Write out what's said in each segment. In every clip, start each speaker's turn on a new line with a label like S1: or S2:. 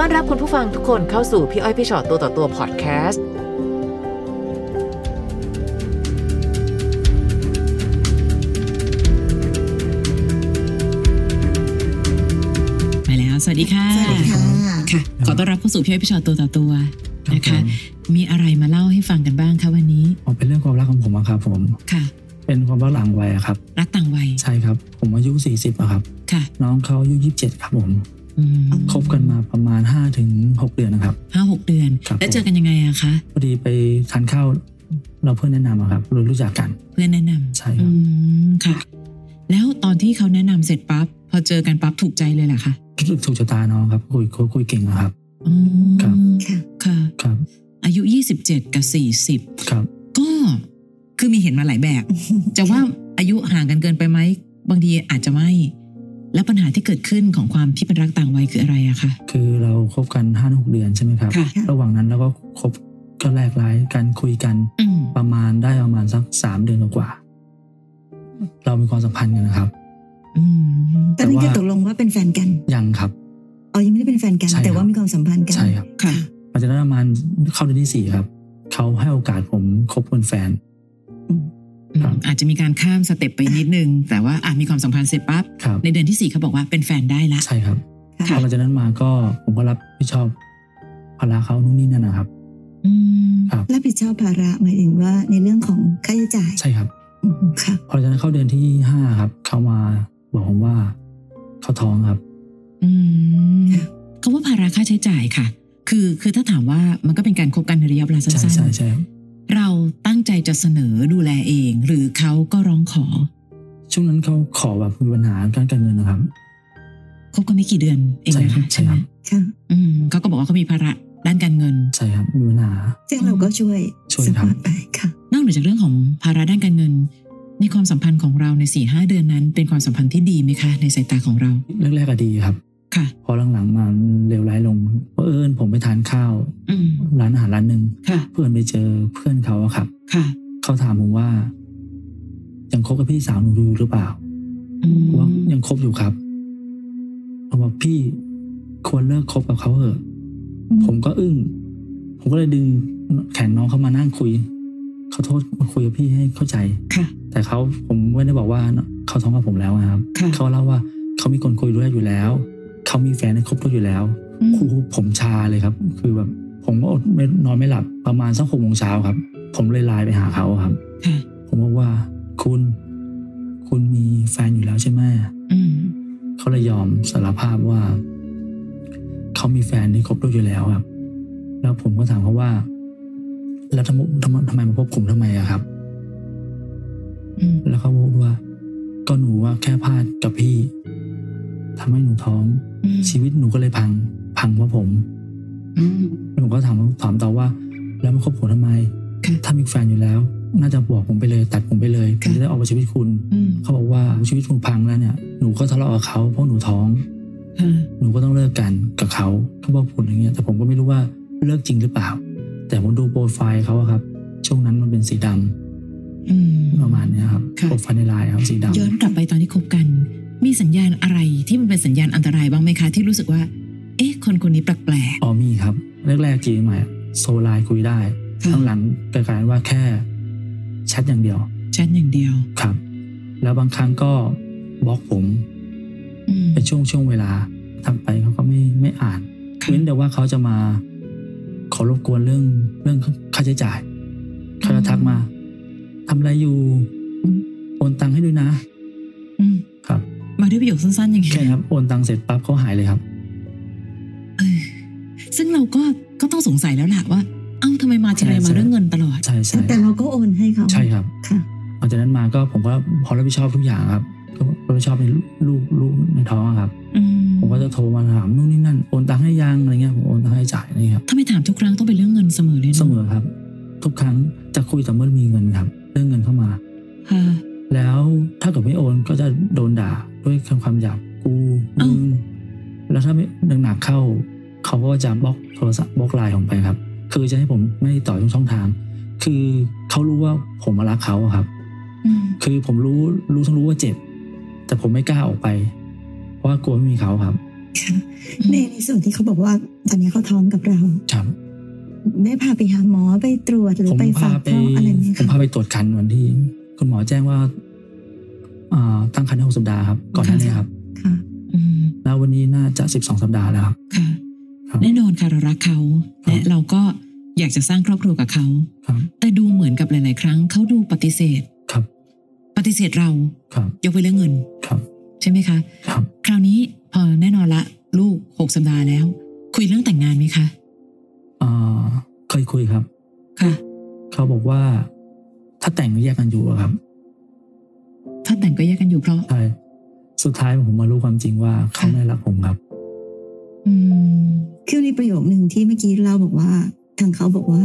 S1: ต้อนรับคุณผู้ฟังทุกคนเข้าสู่พี่อ้อยพี่ชอตตัวต่อตัวพอดแคสต์
S2: ไปแล้วสวัสดีค่ะ
S3: สวัสดีค่ะ
S2: ค่ะ ขอต้อนรับเข้าสู่พี่อ้อยพี่ชอตตัวต่อตัว
S4: ครับ
S2: นะคะ
S4: ผม
S2: มีอะไรมาเล่าให้ฟังกันบ้างคะวันนี้
S4: อ๋อเป็นเรื่องความรักของผมอะครับ ผม
S2: ค่ะ
S4: เป็นความรักหลังวัยอะครับ
S2: รักต่างวัย
S4: ใช่ครับ ผมอายุ 40อะครับ
S2: ค่ะ
S4: น้องเขาอายุ27 ครับผม
S2: อืม
S4: คบกันมาประมาณ 5-6ถึง6เดือนนะครับ
S2: ห้าหกเดือน
S4: ครับ
S2: แล้วเจอกันยังไงอะคะ
S4: พอดีไปทานข้าวเราเพื่อนแนะนำอะครับเรารู้จักกัน
S2: เพื่อนแนะนำ
S4: ใช่ครับ
S2: อืมค่ะ แล้วตอนที่เขาแนะนำเสร็จปั๊บพอเจอกันปั๊บถูกใจเลยเหรอคะ
S4: รู้สึกถูกชะตาน้องครับคุยคุยคุยเก่งอะครับ
S2: อืม
S4: ครับ
S3: ค่ะ
S2: ค่ะ
S4: ครับ
S2: อายุ 27 กับ
S4: ครับ
S2: 40 ก็คือมีเห็นมาหลายแบบ จะว่าอายุห่างกันเกินไปไหมบางทีอาจจะไม่ แล้วปัญหาที่เกิดขึ้นของความที่เป็นรักต่างวัยคืออะไรอะคะ
S4: คือเราคบกัน5 6เดือนใช่ไหมครับ
S2: ค่ะ
S4: ระหว่างนั้นเราก็คบก็แลกไลน์กันคุยกัน
S2: อืม
S4: ประมาณได้ประมาณสักสามเดือนกว่าๆเรามีความสัมพันธ์กันนะครับ
S2: อืม
S3: ตอนนี้จะ
S4: แต่ว่า
S3: ตกลงว่าเป็นแฟนกัน
S4: ยังครับ
S3: อ๋อ ยังไม่ได้เป็นแฟนกัน
S4: ใช่ครับ
S3: แต่ว่ามีความสัมพันธ์กัน
S4: ใช่ครับ
S2: ค่ะ
S4: หลังจากนั้นประมาณเข้าเดือนที่สี่ครับ เขาให้โอกาสผมคบเป็นแฟน
S3: อืม
S4: ครับ
S2: อาจจะมีการข้ามสเต็ปไปนิดนึง แต่ว่าอาจมีความสัมพันธ์เสร็จปั๊บ
S4: ครับ
S2: ในเดือนที่สี่เขาบอกว่าเป็นแฟนได้ละ
S4: ใช่ครับพอ
S3: ค่ะ
S4: หลังจากนั้นมาก็ผมก็รับผิดชอบภาระเขานู่นนี่นั่นนะครับ
S2: อืม
S4: ครับ
S3: รับผิดชอบภาระหมายถึงว่าในเรื่องของค่าใช้จ่าย
S4: ใช่ครับ
S3: อืมค่ะ
S4: พอหลังจากนั้นเข้าเดือนที่ห้าครับ เขามาบอกผมว่าเขาท้องครับ
S2: อืมคำว่าภาระค่าใช้จ่ายค่ะ คือคือถ้าถามว่ามันก็เป็นการคบกันในระยะเวลาสั
S4: ใช่
S2: ้น
S4: ใช่ใช่ครับ
S2: ๆ เราตั้งใจจะเสนอดูแลเอง หรือเขาก็ร้องขอ
S4: ช่วงนั้นเขาขอแบบมีปัญหาการการเงินนะครับ
S2: คบกันไม่กี่เดือนเองนะคะ
S4: ใช่ครับ
S2: ใช่ไหม
S3: ค่ะ
S2: อืมเขาก็บอกว่าเขามีภาระด้านการเงิน
S4: ใช่ครับมีปัญหา
S3: ซึ่งเราก็ช่วย
S4: ช่วย
S3: ส
S4: ค
S3: ป
S4: รับ
S3: อร์ตไปค่ะ
S2: นอกเหนือจากเรื่องของภาระด้านการเงิน ในความสัมพันธ์ของเราในสี่ห้าเดือนนั้น เป็นความสัมพันธ์ที่ดีไหมคะ ในสายตาของเรา
S4: แรกๆก็ดีครับ
S2: ค่ะ
S4: พอหลังๆมามันเลวร้ายลงเพราะเอิญผมไปทานข้าว
S2: อืม
S4: ร้านอาหารร้านหนึ่ง
S2: ค่ะ
S4: เพื่อนไปเจอเพื่อนเขาอะครับ
S2: ค่ะ
S4: เขาถามผมว่า ยังคบกับพี่สาวหนูอยู่หรือเปล่า
S2: อืม
S4: ผมว่ายังคบอยู่ครับเขาบอกพี่ควรเลิกคบกับเขาเถอะ
S3: อืม
S4: ผมก็อึ้ง ผมก็เลยดึงแขนน้องเขามานั่งคุยเขาโทษมาคุยกับพี่ให้เข้าใจ
S2: ค่ะ
S4: แต่เขาผมไม่ได้บอกว่าเขาท้องกับผมแล้วนะครับ
S2: ค่ะ
S4: เขาเล่าว่าเขามีคนคุยด้วยอยู่แล้วเขามีแฟนในคบด้วยอยู่แล้ว
S2: อืม
S4: ครูผมชาเลยครับ คือแบบ ผมก็อดไม่นอนไม่หลับประมาณสักหกโมงเช้าครับ ผมเลยไลน์ไปหาเขาครับ
S2: ค่ะ
S4: ผมบอกว่าคุณ คุณมีแฟนอยู่แล้วใช่ไหม
S2: อืม
S4: เขาเลยยอมสารภาพว่า เขามีแฟนที่คบด้วยอยู่แล้วครับ แล้วผมก็ถามเขาว่า แล้วทำไมทำไมทำไมมาพบผมทำไมอะครับ
S2: อืม
S4: แล้วเขาพูดว่า ก็หนูว่าแค่พลาดกับพี่ทำให้หนูท้อง
S2: อืม
S4: ชีวิตหนูก็เลยพัง พังเพราะผม
S2: อืม
S4: แล้วผมก็ถามถามต่อว่า แล้วมาคบผมทำไม
S2: ค่ะ
S4: ถ้ามีแฟนอยู่แล้ว น่าจะบอกผมไปเลย ตัดผมไปเลยผม
S2: ค่ะ
S4: จะได้ออกไปชีวิตคุณ
S2: อืม
S4: เขาบอกว่าชีวิตผมพังแล้วเนี่ยหนูก็ทะเลาะกับเขาเพราะหนูท้อง
S2: ค่ะ
S4: หนูก็ต้องเลิกกันกับเขาเขาบอกผมอย่างเงี้ยแต่ผมก็ไม่รู้ว่าเลิกจริงหรือเปล่า แต่ผมดูโปรไฟล์เขาอะครับ ช่วงนั้นมันเป็นสีดำ
S2: อืม
S4: ประมาณเนี้ยครับ
S2: ค่ะ
S4: โปรไฟล์ในไลน์ครับสีดำ
S2: ย้อนกลับไปตอนที่คบกัน มีสัญญาณอะไรที่มันเป็นสัญญาณอันตรายบ้างไหมคะ ที่รู้สึกว่า เอ๊ะ คนคนนี้แปลก
S4: ออมี่ครับแรกๆจีบใหม่โซไลน์คุยได้
S2: ๆค่ะ
S4: ข้างหลังกลายเป็นว่าแค่แชทอย่างเดียว
S2: ชันอย่างเดียว
S4: ครับ แล้วบางครั้งก็บล็อกผม
S2: อืม
S4: เป็นช่วงช่วงๆเวลาทักไปเขาก็ไม่ไม่อ่าน
S2: ค่ะ
S4: เว้นแต่ว่าเขาจะมาขอรบกวนเรื่องเรื่องค่าใช้จ่ายเขาจะทักมาทำอะไรอยู่โอนตังค์ให้ด้วยนะ
S2: อืม
S4: ครับ
S2: มาด้วยประโยคสั้นๆอย่างเงี้
S4: แค่
S2: ย
S4: ครับโอนตังค์เสร็จปั๊บเขาหายเลยครับ
S2: เออซึ่งเราก็ก็ต้องสงสัยแล้วล่ะว่า เอ้าทำไมมาทีไร
S4: ใช่
S2: มา
S4: ใช่
S2: เรื่องเงินตลอด
S4: ใช่ใช่
S3: แต่เราก็โอนให้เขา
S4: ใช่ครับ
S3: ค่ะ
S4: หลังจากนั้นมาก็ผมก็พอรับผิดชอบทุกอย่างครับก็รับผิดชอบในลูกลูกในท้องอะครับ
S2: อืม
S4: ผมก็จะโทรมาถามนู่นนี่นั่นโอนตังค์ให้ยังอะไรเงี้ยผมโอนตังค์ให้จ่ายอะไรเงี้ยครับ
S2: ถ้าไม่ถามทุกครั้งต้องเป็นเรื่องเงินเสมอเลยนะ
S4: เสมอครับ ทุกครั้งจะคุยแต่เมื่อมีเงินครับ เรื่องเงินเข้ามา
S2: ค่ะ
S4: แล้วถ้าเกิดไม่โอนก็จะโดนด่าด้วยคำความหยาบกู
S2: อ้าว
S4: มึงแล้วถ้าไม่หนักๆเข้า เขาก็จะบล็อกโทรศัพท์บล็อกไลน์ผมไปครับ คือจะให้ผมไม่ติดต่อทุกช่องทาง คือเขารู้ว่าผมรักเขาอะครับ
S2: อืม
S4: คือผมรู้รู้ทั้งรู้ว่าเจ็บแต่ผมไม่กล้าออกไป เพราะว่ากลัวไม่มีเขาครับ
S3: ในในส่วนที่เขาบอกว่า ตอนนี้เขาท้องกับเรา
S4: ครับ
S3: ได้พาไปหาหมอไปตรวจหรื
S4: ผ
S3: อ
S4: ม
S3: ไป
S4: พา
S3: ฝาก
S4: ไป
S3: ท้องอะไรไหม
S4: ผม
S3: คะ
S4: พาไปตรวจคันวันที่ คุณหมอแจ้งว่าอ่าตั้งครรภ์ได้หกสัปดาห์ครับ ก่อนหน้านี้ครับ
S3: ค่ะ
S2: อืม
S4: แล้ววันนี้น่าจะสิบสองสัปดาห์แล้วครับ
S2: ค่ะ
S4: ครับ
S2: แน่นอนค่ะเรารักเขา
S4: ครับ
S2: และเราก็อยากจะสร้างครอบครัวกับเขา
S4: ครับ
S2: แต่ดูเหมือนกับหลาย ๆ ครั้งเขาดูปฏิเสธ
S4: ครับ
S2: ปฏิเสธเรา
S4: ครับ
S2: ยกเว้นเรื่องเงิน
S4: ครับ
S2: ใช่ไหมคะ
S4: ครับ
S2: คราวนี้พอแน่นอนละ ลูกหกสัปดาห์แล้ว คุยเรื่องแต่งงานไหมคะ
S4: อ่าเคยคุยครับ
S2: ค่ะ
S4: เขาบอกว่า ถ้าแต่งก็แยกกันอยู่อะครับ
S2: ถ้าแต่งก็แยกกันอยู่เพราะ
S4: ใช่ สุดท้ายผมมารู้ความจริงว่าเขา
S2: ค่ะ
S4: ไม่รักผมครับ
S2: อืม
S3: คือมีประโยคหนึ่งที่เมื่อกี้เราบอกว่า ทางเขาบอกว่า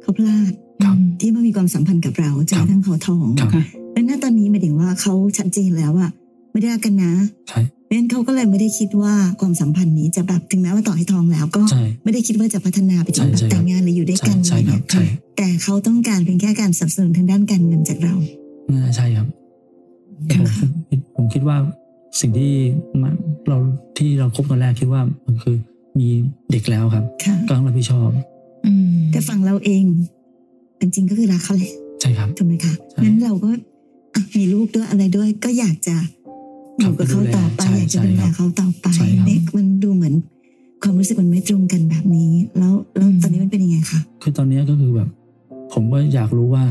S3: เขาพลาด
S4: ครับ
S3: ที่ไม่มีความสัมพันธ์กับเราจน
S4: ค
S3: กระ
S4: รับ
S3: ทั่งเขาท้อง
S4: ครับ
S2: ค่ะ
S3: แล้วณตอนนี้หมายถึงว่าเขาชัดเจนแล้วว่าไม่ได้รักกันนะ
S4: ใช่
S3: เพราะฉะนั้นเขาก็เลยไม่ได้คิดว่าความสัมพันธ์นี้จะแบบถึงแม้ว่าต่อให้ท้องแล้วก็
S4: ใช่
S3: ไม่ได้คิดว่าจะพัฒนาไปจนแบบ
S4: ใช่ใช่ครับ
S3: แต่งงานหรืออยู่ด้วย
S4: ใช่
S3: กันอะ
S4: ใช่
S3: ไร
S4: ครั
S3: เงี้
S4: บ
S3: ย
S4: ใช่
S3: แต่เขาต้องการเป็นแค่การสนับสนุนทางด้านการเงินจากเรา
S4: น่าจะใช่ครับ
S2: ค่ะ
S4: ผมคิดผมคิดว่าสิ่งที่มันเราที่เราคบกันแรกคิดว่ามันคือมีเด็กแล้วครับ
S3: ค่ะ
S4: ก็ต้องรับผิดชอบ
S2: อืม
S3: แต่ฝั่งเราเองจริงๆก็คือรักเขาแหละ
S4: ใช่ครับ
S3: ถูกไหมคะ
S4: ใช่
S3: งั้นเราก็อ่ะมีลูกด้วยอะไรด้วยก็อยากจะอยู่กับเขาต่อไป
S4: ครับ
S3: อยากจะดูแลเขาต่อไป
S4: ใช่ครับ
S3: เนี่ยมันดูเหมือนความรู้สึกมันไม่ตรงกันแบบนี้ แล้วแล้วตอนนี้มันเป็นยังไงคะ
S4: คือตอนนี้ก็คือแบบ ผมก็อยากรู้ว่า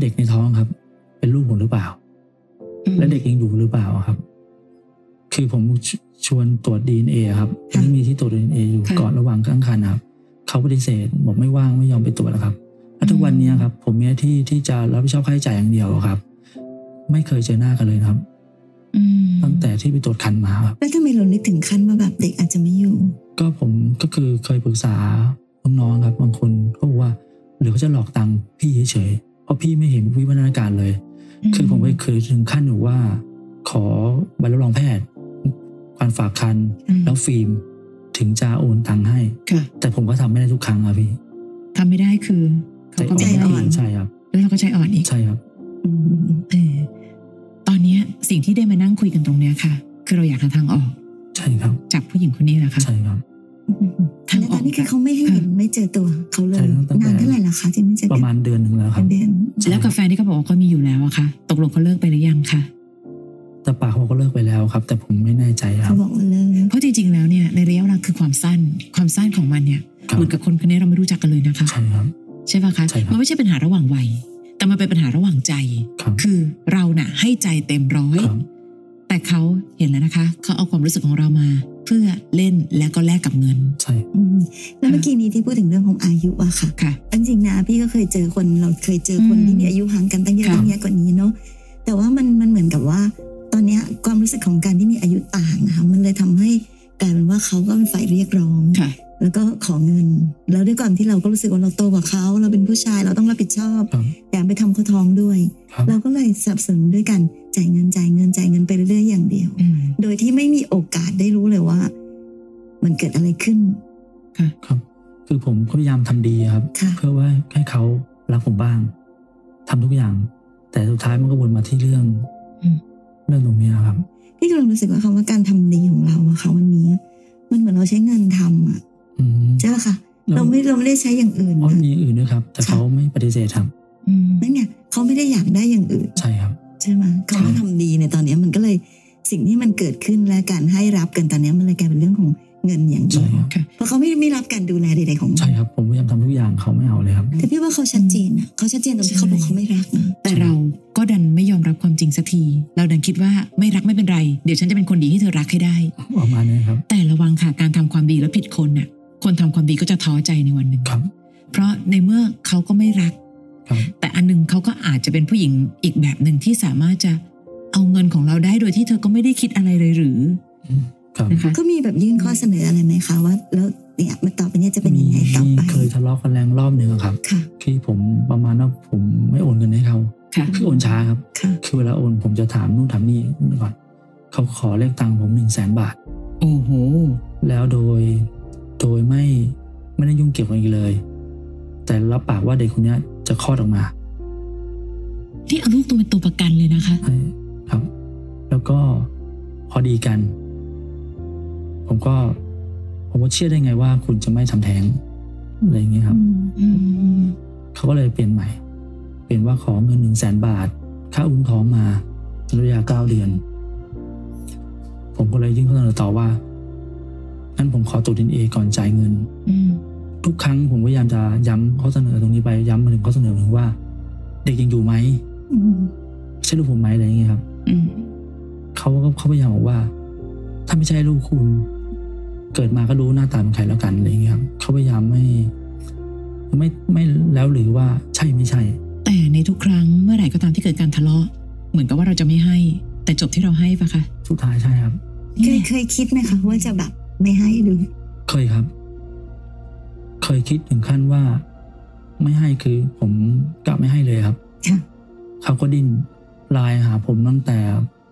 S4: เด็กในท้องครับ เป็นลูกผมหรือเปล่า
S2: อืม
S4: และเด็กยังอยู่หรือเปล่าครับ คือผมชชวนตรวจดีเอ็นเอครับไม่มีที่ตรวจดีเอ็นเออยู่ก่อนระหว่างตั้งครรภ์นะครับ เขาปฏิเสธบอกไม่ว่างไม่ยอมไปตรวจนะครับแล้วทุกวันนี้ครับ ผมมีหน้าที่ที่จะรับผิดชอบค่าใช้จ่ายอย่างเดียวครับ ไม่เคยเจอหน้ากันเลยนะครับ
S2: อืม
S4: ตั้งแต่ที่ไปตรวจคันมาครับ
S3: แล้วทำไมเรานึกถึงขั้นว่าแบบเด็กอาจจะไม่อยู่
S4: ก็ผมก็คือเคยปรึกษาน้องๆครับ บางคนเขาบอกว่าหรือเขาจะหลอกตังค์พี่เฉยๆเพราะพี่ไม่เห็นวิวัฒนาการเลย คือผมเคยถึงขั้นอยู่ว่า ขอใบรับรองแพทย์การฝากคัน
S2: อืม
S4: แล้วฟิล์มถึงจะโอนตังค์ให้
S2: ค่ะ
S4: แต่ผมก็ทำไม่ได้ทุกครั้งครับพี่
S2: ทำไม่ได้คือ
S4: ใจ
S2: เขาก็
S4: อ่อน
S2: ไม่
S3: ใจ
S2: ได้
S4: พี่ใช่ครับ
S2: แล้วเราก็ใจอ่อนอีก
S4: ใช่ครับ
S3: อืม
S2: เออตอนเนี้ยสิ่งที่ได้มานั่งคุยกันตรงเนี้ยค่ะ คือเราอยากหาทางออก
S4: ใช่ครับ
S2: จากผู้หญิงคนนี้แหละค่ะ
S4: ใช่ครับ
S2: ทาง
S3: แล้ว
S2: อ
S3: ต
S2: อ
S3: อก นนี้คือเขาไม่ให้เห็นไม่เจอตัวเขาเลย
S4: ใช่ตั้ง
S3: นา
S4: แต่
S3: นเท่าไหร่ละคะที่ไม่เจอ
S4: ป
S3: กั
S4: ระ
S3: น
S4: มาณเดือนหนึ่งแล้วครับ
S3: เป็นเดือน
S4: ใช่
S2: แล้วกาแฟนที่เขาบอกว่าเขามีอยู่แล้วอะค่ะ ตกลงเขาเลิกไปหรือยังค่ะ
S4: แต่ปากเขาก็เลิกไปแล้วครับ แต่ผมไม่แน่ใจครั
S3: เขา
S4: บ
S3: บอกว่าเลิก
S2: เพราะจริงๆแล้วเนี่ยในระยะเวลาคือความสั้น ความสั้นของมันเนี่ย
S4: ครับ
S2: เหมือนกับคนคนนี้เราไม่รู้จักกันเลยนะคะ
S4: ใช่ครับ
S2: ใช่ปะคะ
S4: ใช่ครับ
S2: มันไม่ใช่ปัญหาระหว่างวัยแต่มันเป็นปัญหาระหว่างใจ
S4: ครับ
S2: คือเราน่ะ ให้ใจเต็มร้อย
S4: ครับ
S2: แต่เขาเห็นแล้วนะคะ เขาเอาความรู้สึกของเรามา เพื่อเล่นและก็แลกกับเงิน
S4: ใช่
S3: อืมแล้วเมื่อกี้นี้ที่พูดถึงเรื่องของอายุอะค่ะ
S2: ค่ะ
S3: จริงๆนะพี่ก็เคยเจอคนเราเคยเจอคน
S2: อืม
S3: ที่มีอายุห่างกันตั้งเยอะ
S2: ค่ะ
S3: ตั้งแยะกว่านี้เนาะแต่ว่ามันมันเหมือนกับว่า ตอนเนี้ยความรู้สึกของการที่มีอายุต่างนะคะมันเลยทำให้กลายเป็นว่าเขาก็เป็นฝ่ายเรียกร้อง
S2: ค่ะ
S3: แล้วก็ขอเงิน แล้วด้วยความที่เราก็รู้สึกว่าเราโตกว่าเขา เราเป็นผู้ชายเราต้องรับผิดชอบ
S4: ครับ
S3: แถมไปทำเขาท้องด้วย
S4: ครับ
S3: เราก็เลยสนับสนุนด้วยกันจ่ายเงินจ่ายเงินจ่ายเงินไปเรื่อยๆอย่างเดียว
S2: อืม
S3: โดยที่ไม่มีโอกาสได้รู้เลยว่า มันเกิดอะไรขึ้น
S4: ครับ คือผมก็พยายามทำดีครับ
S3: ค่ะ
S4: เพื่อว่าให้เขารักผมบ้างทำทุกอย่าง แต่สุดท้ายมันก็วนมาที่เรื่อง
S2: อืม
S4: เรื่องตรงเนี้ยครับ
S3: พี่กำลังรู้สึกว่าคำว่าการทำดีของเราอะค่ะวันนี้ มันเหมือนเราใช้เงินทำอะ
S4: อืม
S3: ใช่ไหมคะ
S4: แล้
S3: เรา
S4: ว
S3: ไม่เราไม่ได้ใช้อย่างอื่น
S4: อ๋อ
S3: นะ
S4: มีอย่างอื่นด้วยครับ แต่เขาไม่ปฏิเสธครับ
S2: อืม
S3: นั่นไงเขาไม่ได้อยากได้อย่างอื่น
S4: ใช่ครับ
S3: ใช่ไหมคำว่าทำดีในยตอนนี้มันก็เลยสิ่งที่มันเกิดขึ้นและการให้รับกันตอนนี้มันเลยกลายเป็นเรื่องของเงินอย่างเดี
S4: ใช่
S3: ยว
S4: ครับ
S3: เพราะเขาไม่ไม่รับการดูแลใดๆของ
S4: ใช่ครับ ผมพยายามทำทุกอย่างเขาไม่เอาเลยครับ
S3: แต่พี่ว่าเขาชัดเจนอะเขาชัดเจนตรงที่เขาบอกเขาไม่รักนะ
S2: แต่เราก็ดันไม่ยอมรับความจริงสักที เราดันคิดว่าไม่รักไม่เป็นไร เดี๋ยวฉันจะเป็นคนดีให้เธอรักให้ได้
S4: ประมาณนี้ครับ
S2: แต่ระวังค่ะการทำความดีแล้วผิดคนน่ะ คนทำความดีก็จะท้อใจในวันหนึ่ง
S4: ครับ
S2: เพราะในเมื่อเขาก็ไม่รัก
S4: ครับ
S2: แต่อันหนึงเขาก็อาจจะเป็นผู้หญิงอีกแบบหนึ่งที่สามารถจะเอาเงินของเราได้โดยที่เธอก็ไม่ได้คิดอะไรเลยหรือ
S4: ครับ
S2: นะคะ
S3: เขามีแบบยื่นข้อเสนออะไรไหมคะว่า แล้วเนี่ยมาต่อไปเนี่ยจะเป็น
S4: มี
S3: ยังไงต่อไป
S4: เคยทะเลาะกันแรงรอบหนึ่งอะครับ
S3: ค่ะ
S4: ที่ผมประมาณว่าผมไม่โอนเงินให้เขา
S2: ค่ะ
S4: คือโอนช้าครับ
S3: ค่ะ
S4: คือเวลาโอนผมจะถามนู่นถามนี่ก่อน เขาขอเลขตังค์ผมหนึ่งแสนบาท
S2: โอ้โห
S4: แล้วโดยโดยไม่ไม่ได้ยุ่งเกี่ยวกันอีกเลย แต่รับปากว่าเด็กคนเนี้ยจะคลอดออกมา
S2: ที่เอาลูกตัวเป็นตัวประกันเลยนะคะ
S4: ให้ครับ แล้วก็พอดีกัน ผ ผมก็ ผมก็เชื่อได้ไงว่าคุณจะไม่ทำแท้งอะไรอย่างเงี้ยครับ
S2: อืม
S4: เขาก็เลยเปลี่ยนใหม่ เปลี่ยนว่าขอเงินหนึ่งแสนบาท ค่าอุ้มท้องมาระยะเก้าเดือน ผมก็เลยยื่นข้อเสนอต่อว่างั้นผมขอตรวจดีเอก่อนจ่ายเงิน
S2: อืม
S4: ทุกครั้งผมพยายามจะย้ำข้อเสนอตรงนี้ไปย้ำมาถึงข้อเสนอหนึ่งว่า เด็กยังอยู่ไหม
S3: อืม
S4: ใช่ลูกผมไหมอะไรอย่างเงี้ยครับ
S2: อืม
S4: เขาก็เขาพยายามบอกว่า ถ้าไม่ใช่ลูกคุณ เกิดมาก็รู้หน้าตาเป็นใครแล้วกันอะไรอย่างเงี้ยครับเขาพยายามไม่ไม่ไม่แล้วหรือว่าใช่ไม่ใช่
S2: แต่ในทุกครั้งเมื่อไหร่ก็ตามที่เกิดการทะเลาะ เหมือนกับว่าเราจะไม่ให้ แต่จบที่เราให้ปะคะ
S4: สุดท้ายใช่ครับ
S3: เคยเคยคิดไหมคะว่าจะแบบไม่ให้ดู
S4: เคยครับ เคยคิดถึงขั้นว่า ไม่ให้คือผมกลับไม่ให้เลยครับ
S3: ค่ะ
S4: เขาก็ดิ้นไลน์หาผมตั้งแต่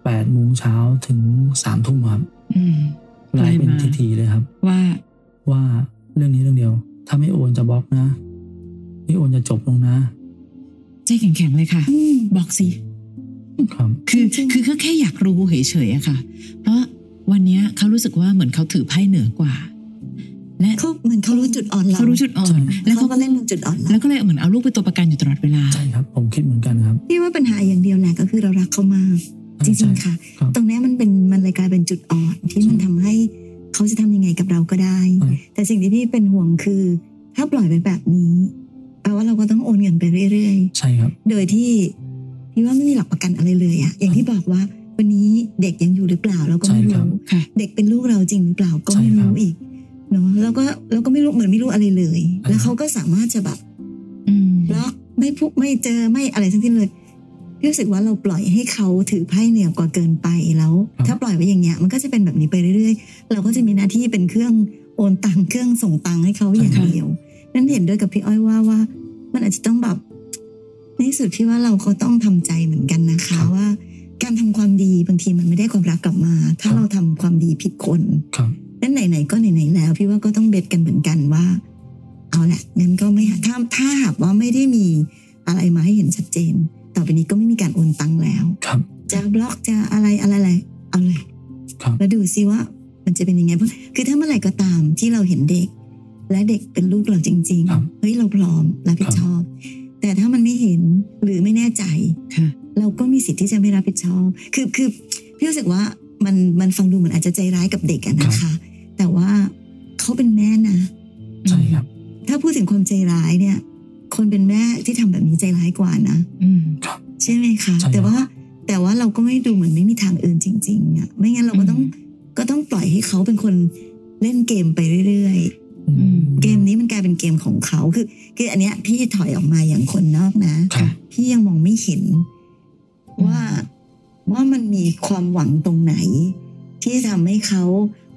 S4: แปดโมงเช้าถึงสามทุ่มครับ
S2: อืม
S4: ไลน์เป็น
S2: ไลน์มา
S4: ทีๆเลยครับ
S2: ว่า
S4: ว่าเรื่องนี้เรื่องเดียว ถ้าไม่โอนจะบล็อกนะ ไม่โอนจะจบลงนะ
S2: ใจแข็งๆเลยค่ะ
S3: อืม
S2: บอกสิ
S4: ครับ
S2: คือ
S3: จริงๆ
S2: คือก็แค่อยากรู้เฉยๆอะค่ะ เพราะวันเนี้ยเขารู้สึกว่าเหมือนเขาถือไพ่เหนือกว่า และ
S3: เขาเหมือนเขารู้จุดอ่อนเรา
S2: เขารู้จุดอ่อ
S4: ใช่
S2: น แล้ว
S3: เขา
S2: เขา
S3: ก็เล่นลงจุดอ่อนเรา
S2: แล้วก็เลยเหมือนเอาลูกเป็นตัวประกันอยู่ตลอดเวลา
S4: ใช่ครับ ผมคิดเหมือนกันครับ
S3: พี่ว่าปัญหาอย่างเดียวแหละก็คือเรารักเขามากจริงๆค่ะ
S4: ครับ
S3: ตรงเนี้ยมันเป็นมันเลยกลายเป็นจุดอ่อนที่มันทำให้เขาจะทำยังไงกับเราก็ได้
S4: ใช่
S3: แต่สิ่งที่พี่เป็นห่วงคือ ถ้าปล่อยไปแบบนี้แปลว่าเราก็ต้องโอนเงินไปเรื่อยๆ
S4: ใช่ครับ
S3: โดยที่พี่ว่าไม่มีหลักประกันอะไรเลยอะอย่างที่บอกว่า วันนี้เด็กยังอยู่หรือเปล่าเราก็ไม่
S4: ใช่ครั
S3: รู้
S4: บ
S2: ค่ะ
S3: เด็กเป็นลูกเราจริงหรือเปล่าก็ไม่
S4: ใช่ครับ
S3: รู้อีกเนาะแล้วก็เราก็ไม่รู้เหมือนไม่รู้อะไรเลย
S4: อ่า
S3: แล้วเขาก็สามารถจะแบบ
S2: อืม
S3: ล็อกไม่พูดไม่เจอไม่อะไรทั้งสิ้นเลยพี่รู้สึกว่าเราปล่อยให้เขาถือไพ่เหนือกว่าเกินไปแล้ว ถ้าปล่อยไว้อย่างเงี้ยมันก็จะเป็นแบบนี้ไปเรื่อยๆ เราก็จะมีหน้าที่เป็นเครื่องโอนตังค์เครื่องส่งตังค์ให้เขาอย่างเดียวนั่นเห็นด้วยกับพี่อ้อยว่าว่า มันอาจจะต้องแบบในที่สุดพี่ว่าเราก็ต้องทำใจเหมือนกันนะคะ
S4: ครับ
S3: ว่า การทำความดีบางทีมันไม่ได้ความรักกลับมา ถ้า
S4: ครับ
S3: เราทำความดีผิดคน
S4: ครับ
S3: นั่นไหนๆก็ไหนๆแล้ว พี่ว่าก็ต้องเบ็ดกันเหมือนกันว่า เอาแหละงั้นก็ไม่ถ้าถ้าหากว่าไม่ได้มีอะไรมาให้เห็นชัดเจน ต่อไปนี้ก็ไม่มีการโอนตังค์แล้ว
S4: ครับ
S3: จะบล็อกจะอะไรอะไรอะไรเอาเลย
S4: ครับ
S3: แล้วดูซิว่ามันจะเป็นยังไงเพราะคือถ้าเมื่อไหร่ก็ตามที่เราเห็นเด็ก และเด็กเป็นลูกเราจริง
S4: ครับ
S3: ๆ เฮ้ยเราพร้อมรับผิดชอบ แต่ถ้ามันไม่เห็นหรือไม่แน่ใจ
S2: ค่ะ
S3: เราก็มีสิทธิ์ที่จะไม่รับผิดชอบ คือคือพี่รู้สึกว่ามันมันฟังดูเหมือนอาจจะใจร้ายกับเด็กอะนะ
S4: ครั
S3: คะ
S4: บ
S3: แต่ว่าเขาเป็นแม่นะ
S4: ใช่ครับ
S3: ถ้าพูดถึงความใจร้ายเนี่ย คนเป็นแม่ที่ทำแบบนี้ใจร้ายกว่านะ
S2: อืม
S3: ใช่ไหมคะ
S4: ใช่ครับ
S3: แต่ว่าแต่ว่าเราก็ไม่ดูเหมือนไม่มีทางอื่นจริง ๆอ่ะไม่งั้นเราก็ต้อง
S2: อืม
S3: ก็ต้องปล่อยให้เขาเป็นคนเล่นเกมไปเรื่อย
S4: อืม
S3: ๆ เกมนี้มันกลายเป็นเกมของเขาคือคืออันเนี้ยพี่ถอยออกมาอย่างคนนอกนะ
S4: ครับ
S3: พี่ยังมองไม่เห็น ว่าว่ามันมีความหวังตรงไหน ที่จะทำให้เขา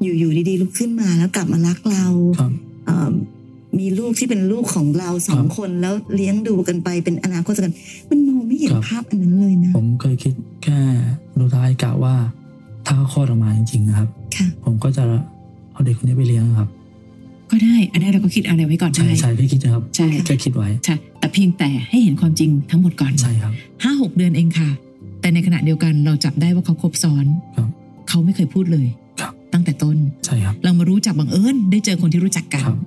S3: อยู่ๆดีๆลุกขึ้นมาแล้วกลับมารักเรา
S4: ครับ
S3: เอ่อมีลูกที่เป็นลูกของเราสอง
S4: ครับ
S3: คนแล้วเลี้ยงดูกันไปเป็นอนาคตกัน มันมองไม่เห็น
S4: ครับ
S3: ภาพอันนั้นเลยนะ
S4: ผมเคยคิดแค่ดูท้ายกะว่า ถ้าเขาคลอดออกมาจริงๆนะครับ
S3: ค่ะ
S4: ผมก็จะเอาเด็กคนนี้ไปเลี้ยงครับ
S2: ก็ได้ อันนี้เราก็คิดอะไรไว้ก่อน
S4: ใช่
S2: ได้
S4: ใช่พี่คิดนะครับ
S2: ใช่
S4: แค่คิดไว้
S2: ใช่แต่เพียงแต่ให้เห็นความจริงทั้งหมดก่อน
S4: ใช่ครับ
S2: ห้าหกเดือนเองค่ะ แต่ในขณะเดียวกันเราจับได้ว่าเขาครบซ้อน
S4: ครับ
S2: เขาไม่เคยพูดเลย
S4: ครับ
S2: ตั้งแต่ต้น
S4: ใช่ครับ
S2: เรามารู้จักบังเอิญได้เจอคนที่รู้จักกัน
S4: ครับ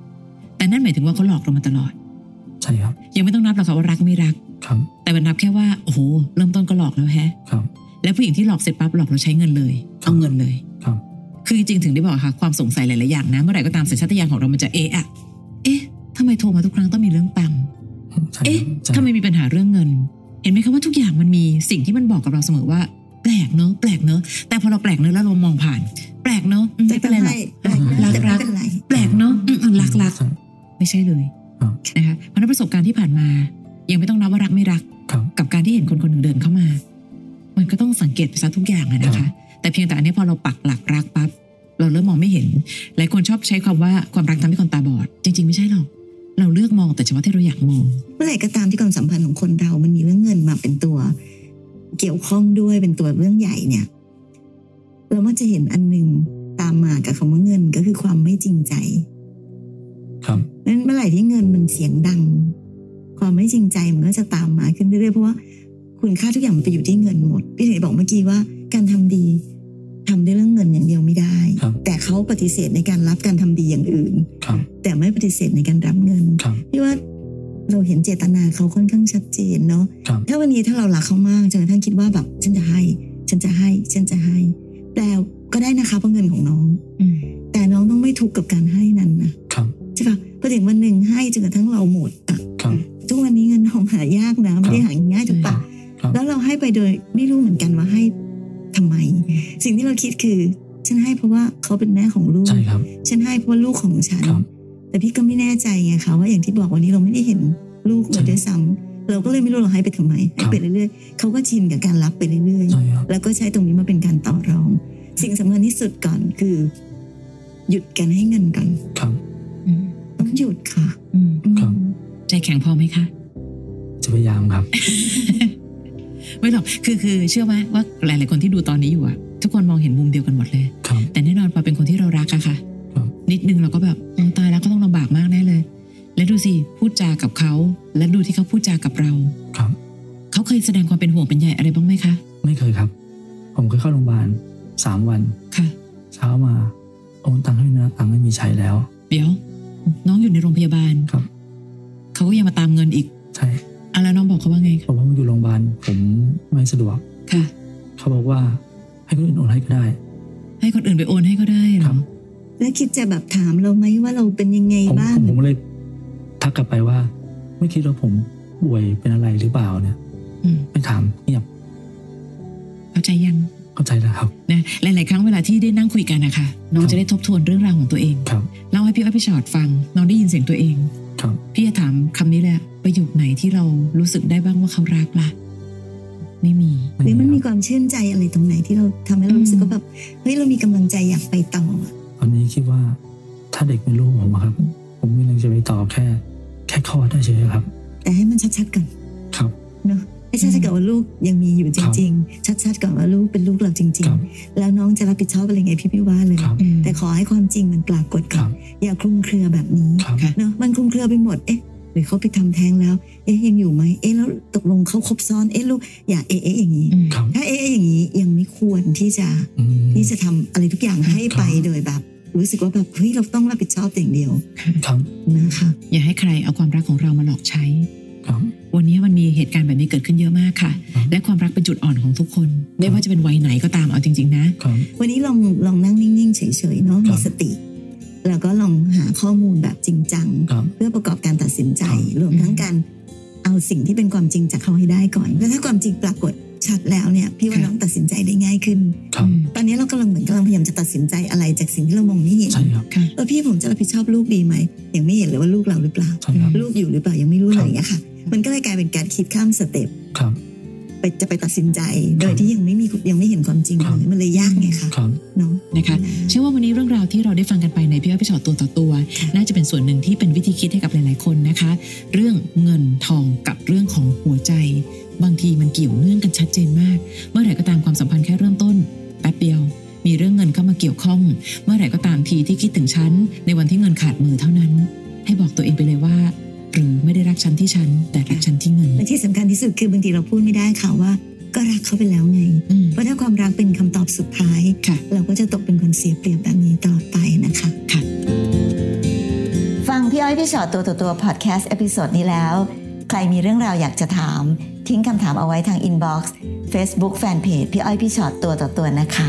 S2: แต่นั่นหมายถึงว่าเขาหลอกเรามาตลอด
S4: ใช่ครับ
S2: ยังไม่ต้องนับหรอกค่ะว่ารักไม่รัก
S4: ครับ
S2: แต่มันนับแค่ว่าโอ้โหเริ่มต้นก็หลอกแล้วแฮะ
S4: ครับ
S2: แล้วผู้หญิงที่หลอกเสร็จปั๊บหลอกเราใช้เงินเลย
S4: ครับ
S2: เอาเงินเลย
S4: ครับ
S2: คือจริงๆถึงได้บอกค่ะความสงสัยหลายๆอย่างนะเมื่อไหร่ก็ตามสัญชาตญาณของเรามันจะเอะอะเอ๊ะทำไมโทรมาทุกครั้งต้องมีเรื่องตังค์
S4: ใช่
S2: เอ๊ะ
S4: ใช่
S2: ทำไมมีปัญหาเรื่องเงิน เห็นไหมคะว่าทุกอย่างมันมีสิ่งที่มันบอกกับเราเสมอว่า แปลกเนอะแปลกเนอะแต่พอเราแปลกเนอะแล้วเรามองผ่าน แปลกเนอะอืมไม่เป็นไรหรอก
S3: แต่ก็ให้
S2: รักรัก
S3: แต่ไม่เป็นไร
S2: แปลกเนอะอืมอืมรักรัก
S4: ใช่
S2: ไม่ใช่เลย
S4: ครับ
S2: นะคะเพราะฉะนั้นประสบการณ์ที่ผ่านมา ยังไม่ต้องนับว่ารักไม่รัก
S4: ครับ
S2: กับการที่เห็นคนคนหนึ่งเดินเข้ามา มันก็ต้องสังเกตไปซะทุกอย่างอะนะ
S4: ครั
S2: คะ
S4: บ
S2: แต่เพียงแต่อันนี้พอเราปักหลักรักปั๊บเราเริ่มมองไม่เห็น หลายคนชอบใช้คำว่าความรักทำให้คนตาบอด จริง ๆ ไม่ใช่หรอก เราเลือกมองแต่เฉพาะที่เราอยากมอง
S3: เมื่อไหร่ก็ตามที่ความสัมพันธ์ของคนเรา มันมีเรื่องเงินมาเป็นตัว เกี่ยวข้องด้วยเป็นตัวเรื่องใหญ่เนี่ย เรามักจะเห็นอันหนึ่งตามมากับคำว่าเงินก็คือความไม่จริงใจ
S4: ครับ
S3: นั้นเมื่อไหร่ที่เงินมันเสียงดัง ความไม่จริงใจมันก็จะตามมาขึ้นเรื่อยๆเพราะว่าคุณค่าทุกอย่างมันไปอยู่ที่เงินหมดพี่ถึงได้บอกเมื่อกี้ว่า การทำดี ทำด้วยเรื่องเงินอย่างเดียวไม่ได้
S4: ครับ
S3: แต่เขาปฏิเสธในการรับการทำดีอย่างอื่น
S4: ครับ
S3: แต่ไม่ปฏิเสธในการรับเงิน
S4: ครับ
S3: พี่ว่าเราเห็นเจตนาเขาค่อนข้างชัดเจนเนาะ
S4: ครับ
S3: ถ้าวันนี้ถ้าเรารักเขามากจนกระทั่งคิดว่าแบบฉันจะให้ ฉันจะให้ ฉันจะให้ แต่ก็ได้นะคะเพราะเงินของน้อง
S2: อืม
S3: แต่น้องต้องไม่ทุกข์กับการให้นั้นนะครับ ใช่ปะพอถึงวันหนึ่งให้จนกระทั่งเราหมดอะ
S4: ครับ
S3: ทุกวันนี้เงินทองหายากนะไม่ได้หาง่ายถูกปะ
S4: ครับ
S3: แล้วเราให้ไปโดยไม่รู้เหมือนกันว่าให้ทำไม สิ่งที่เราคิดคือ ฉันให้เพราะว่าเขาเป็นแม่ของลูก
S4: ใช่ครับ
S3: ฉันให้เพราะลูกของฉัน
S4: ครับ
S3: แต่พี่ก็ไม่แน่ใจไงคะว่าอย่างที่บอกวันนี้เราไม่ได้เห็นลูกเลยด้วยซ้ำเราก็เลยไม่รู้เราให้ไปทำไม
S4: ครั
S3: ให้
S4: บ
S3: ไปเรื่อยๆเขาก็ชินกับการรับไปเรื่อย
S4: ใช่ครับ
S3: ๆ แล้วก็ใช้ตรงนี้มาเป็นการต่อรอง สิ่งสำคัญที่สุดก่อนคือ หยุดกันให้เงินกัน
S4: ครับ
S2: อืม
S3: ต้องหยุดค่ะ
S2: อืม
S4: ครับ
S2: ใจแข็งพอไหมคะ
S4: จะพยายามครับ
S2: ไม่หรอก คือคือเชื่อไหมว่าหลาย ๆ คนที่ดูตอนนี้อยู่อะทุกคนมองเห็นมุมเดียวกันหมดเลย
S4: ครับ
S2: แต่แน่นอนพอเป็นคนที่เรารักอะค่ะ
S4: ครับ
S2: นิดนึงเราก็แบบโอ้ตายแล้วก็ต้องลำบากมากแน่เลย และดูสิพูดจากับเขา และดูที่เขาพูดจากับเรา
S4: ครับ
S2: เขาเคยแสดงความเป็นห่วงเป็นใยอะไรบ้างไหมคะ
S4: ไม่เคยครับ ผมเคยเข้าโรงพยาบาลสามวัน
S2: ค่ะ
S4: เช้ามาโอนตังค์ให้นะตังค์ไม่มีใช้แล้ว
S2: เดี๋ยว น้องอยู่ในโรงพยาบาล
S4: ครับ
S2: เขาก็ยังมาตามเงินอีก
S4: ใช่
S2: อะแล้วน้องบอกเขาว่าไง
S4: เพ
S2: คะ
S4: ราะว่าอยู่โรงพยาบาลผมไม่สะดวก
S2: ค่ะ
S4: เขาบอกว่าให้คนอื่นโอนให้ก็ได้
S2: ให้คนอื่นไปโอนให้ก็ได้เหร
S4: ครั
S2: อบ
S3: แล้วคิดจะแบบถามเราไหมว่าเราเป็นยังไง
S4: ผม
S3: บ้า
S4: ผ
S3: ง
S4: มผมเลยทักกลับไปว่า ไม่คิดว่าผมป่วยเป็นอะไรหรือเปล่าเนี่ย
S2: อืม
S4: ไม่ถามเงียบ
S2: เข้าใจยัง
S4: เข้าใจแล้วครับ
S2: นะหลาย ๆ ครั้งเวลาที่ได้นั่งคุยกันนะคะน้อ
S4: ค
S2: ง
S4: รับ
S2: จะได้ทบทวนเรื่องราวของตัวเอง
S4: ครับ
S2: เล่าให้พี่อ้อยพี่ชอดฟัง น้องได้ยินเสียงตัวเอง
S4: ครับ
S2: พี่จะถามคำนี้แหละประโยคไหนที่เรารู้สึกได้บ้างว่าเขารักละ่ะ ไม่มี
S3: หรือมันมีความชื่นใจอะไรตรงไหนที่เราทำให้เรารู้สึกว่าแบบเฮ้ยเรามีกำลังใจอยากไปต่ออะ
S4: ตอนนี้คิดว่าถ้าเด็กเป็นลูกผมอะครับ ผมไม่ลังจะไปต่อแค่ แค่ข้อได้เฉยๆครับ
S3: แต่ให้มันชัดๆก่อน
S4: ครับ
S3: เนาะให้ชัดๆก่อนว่าลูกยังมีอยู่จริง ๆ ชัดๆก่อนว่าลูกเป็นลูกเราจริง
S4: ครับ
S3: ๆ แล้วน้องจะรับผิดชอบอะไรไงพี่พี่ว่าเลย
S4: ครับ
S2: อืม
S3: แต่ขอให้ความจริงมันปรากฏ
S4: ค
S3: ก่อ
S4: รั
S3: น
S4: บ
S3: อย่าคลุมเครือแบบนี้
S4: ครับ
S2: ค่ะ
S3: เนาะมันคลุมเครือไปหมดเอ๊ะหรือเขาไปทำแท้งแล้ว เอ๊ะยังอยู่ไหมเอ๊ะแล้วตกลงเขาครบซ้อนเอ๊ะลูกอย่าเอ๊ะเอ๊ะอย่างนี้
S2: อืม
S4: ครับ
S3: ถ้าเอ๊ะเอ๊ะอย่างนี้ยังไม่ควรที่จะ
S4: อืม
S3: ที่จะทำอะไรทุกอย่างให้ไป
S4: ครับ
S3: โดยแบบ รู้สึกว่าแบบเฮ้ยเราต้องรับผิดชอบอย่างเดียว
S4: ครับ
S3: นะคะ
S2: อย่าให้ใครเอาความรักของเรามาหลอกใช้
S4: ครับ
S2: วันนี้มันมีเหตุการณ์แบบนี้เกิดขึ้นเยอะมากค่ะ
S4: ครับ
S2: และความรักเป็นจุดอ่อนของทุกคน ไม่
S4: ครับ
S2: ว่าจะเป็นวัยไหนก็ตามเอาจริง ๆ นะ
S4: ครับ
S3: วันนี้ลองลองนั่งนิ่งๆเฉยๆเนาะ
S4: ครับ
S3: มีสติ แล้วก็ลองหาข้อมูลแบบจริงจัง
S4: ครับ
S3: เพื่อประกอบการตัดสินใจ
S4: ครับ
S3: รวมทั้งการเอาสิ่งที่เป็นความจริงจากเขาให้ได้ก่อนเพราะถ้าความจริงปรากฏชัดแล้วเนี่ย พี่
S2: ค
S3: ว่า
S2: รับ
S3: น้องตัดสินใจได้ง่ายขึ้น
S4: ครับ
S2: อืม
S3: ตอนนี้เรากำลังเหมือนกำลังพยายามจะตัดสินใจอะไรจากสิ่งที่เรามองไม่เห็น
S4: ใช่ครับ
S2: ค่ะ
S3: เออพี่ผมจะรับผิดชอบลูกดีไหมยังไม่เห็นเลยว่าลูกเราหรือเปล่า
S4: ใช่ครับ
S3: ลูกอยู่หรือเปล่ายังไม่รู้
S4: ค
S3: เล
S4: รั
S3: ย
S4: บ
S3: อย่างเงี้ยค่ะ มันก็เลยกลายเป็นการคิดข้ามสเต็ป
S4: ครับ
S3: ไปจะไปตัดสินใจ โด
S4: ค
S3: ย
S4: รับ
S3: ที่ยังไม่มียังไม่เห็นความจริง
S4: ครับ
S3: เลยมันเลยยากไงคะ
S4: ครับ
S3: เนาะ
S2: นะคะ เชื่อว่าวันนี้เรื่องราวที่เราได้ฟังกันไปในพี่อ้อยพี่ชอตตัวต่อตัว น่าจะเป็นส่วนหนึ่งที่เป็นวิธีคิดให้กับหลาย ๆ คนนะคะ เรื่องเงินทองกับเรื่องของหัวใจ บางทีมันเกี่ยวเนื่องกันชัดเจนมาก เมื่อไหร่ก็ตามความสัมพันธ์แค่เริ่มต้นแป๊บเดียว มีเรื่องเงินเข้ามาเกี่ยวข้อง เมื่อไหร่ก็ตามทีที่คิดถึงฉันในวันที่เงินขาดมือเท่านั้น ให้บอกตัวเองไปเลยว่า หรือไม่ได้รักฉันที่ฉัน แต่รักฉันที่เงิน
S3: และที่สำคัญที่สุดคือบางทีเราพูดไม่ได้ค่ะว่า ก็รักเขาไปแล้วไง
S2: อืม
S3: เพราะถ้าความรักเป็นคำตอบสุดท้าย
S2: ค่ะ
S3: เราก็จะตกเป็นคนเสียเปรียบแบบนี้ตลอดไปนะคะ
S2: ค่ะ
S3: ฟังพี่อ้อยพี่ชอตตัวต่อตัวพอดแคสต์เอพิโซดนี้แล้ว ใครมีเรื่องราวอยากจะถาม ทิ้งคำถามเอาไว้ทางอินบ็อกซ์เฟซบุ๊กแฟนเพจพี่อ้อยพี่ชอตตัวต่อตัวนะคะ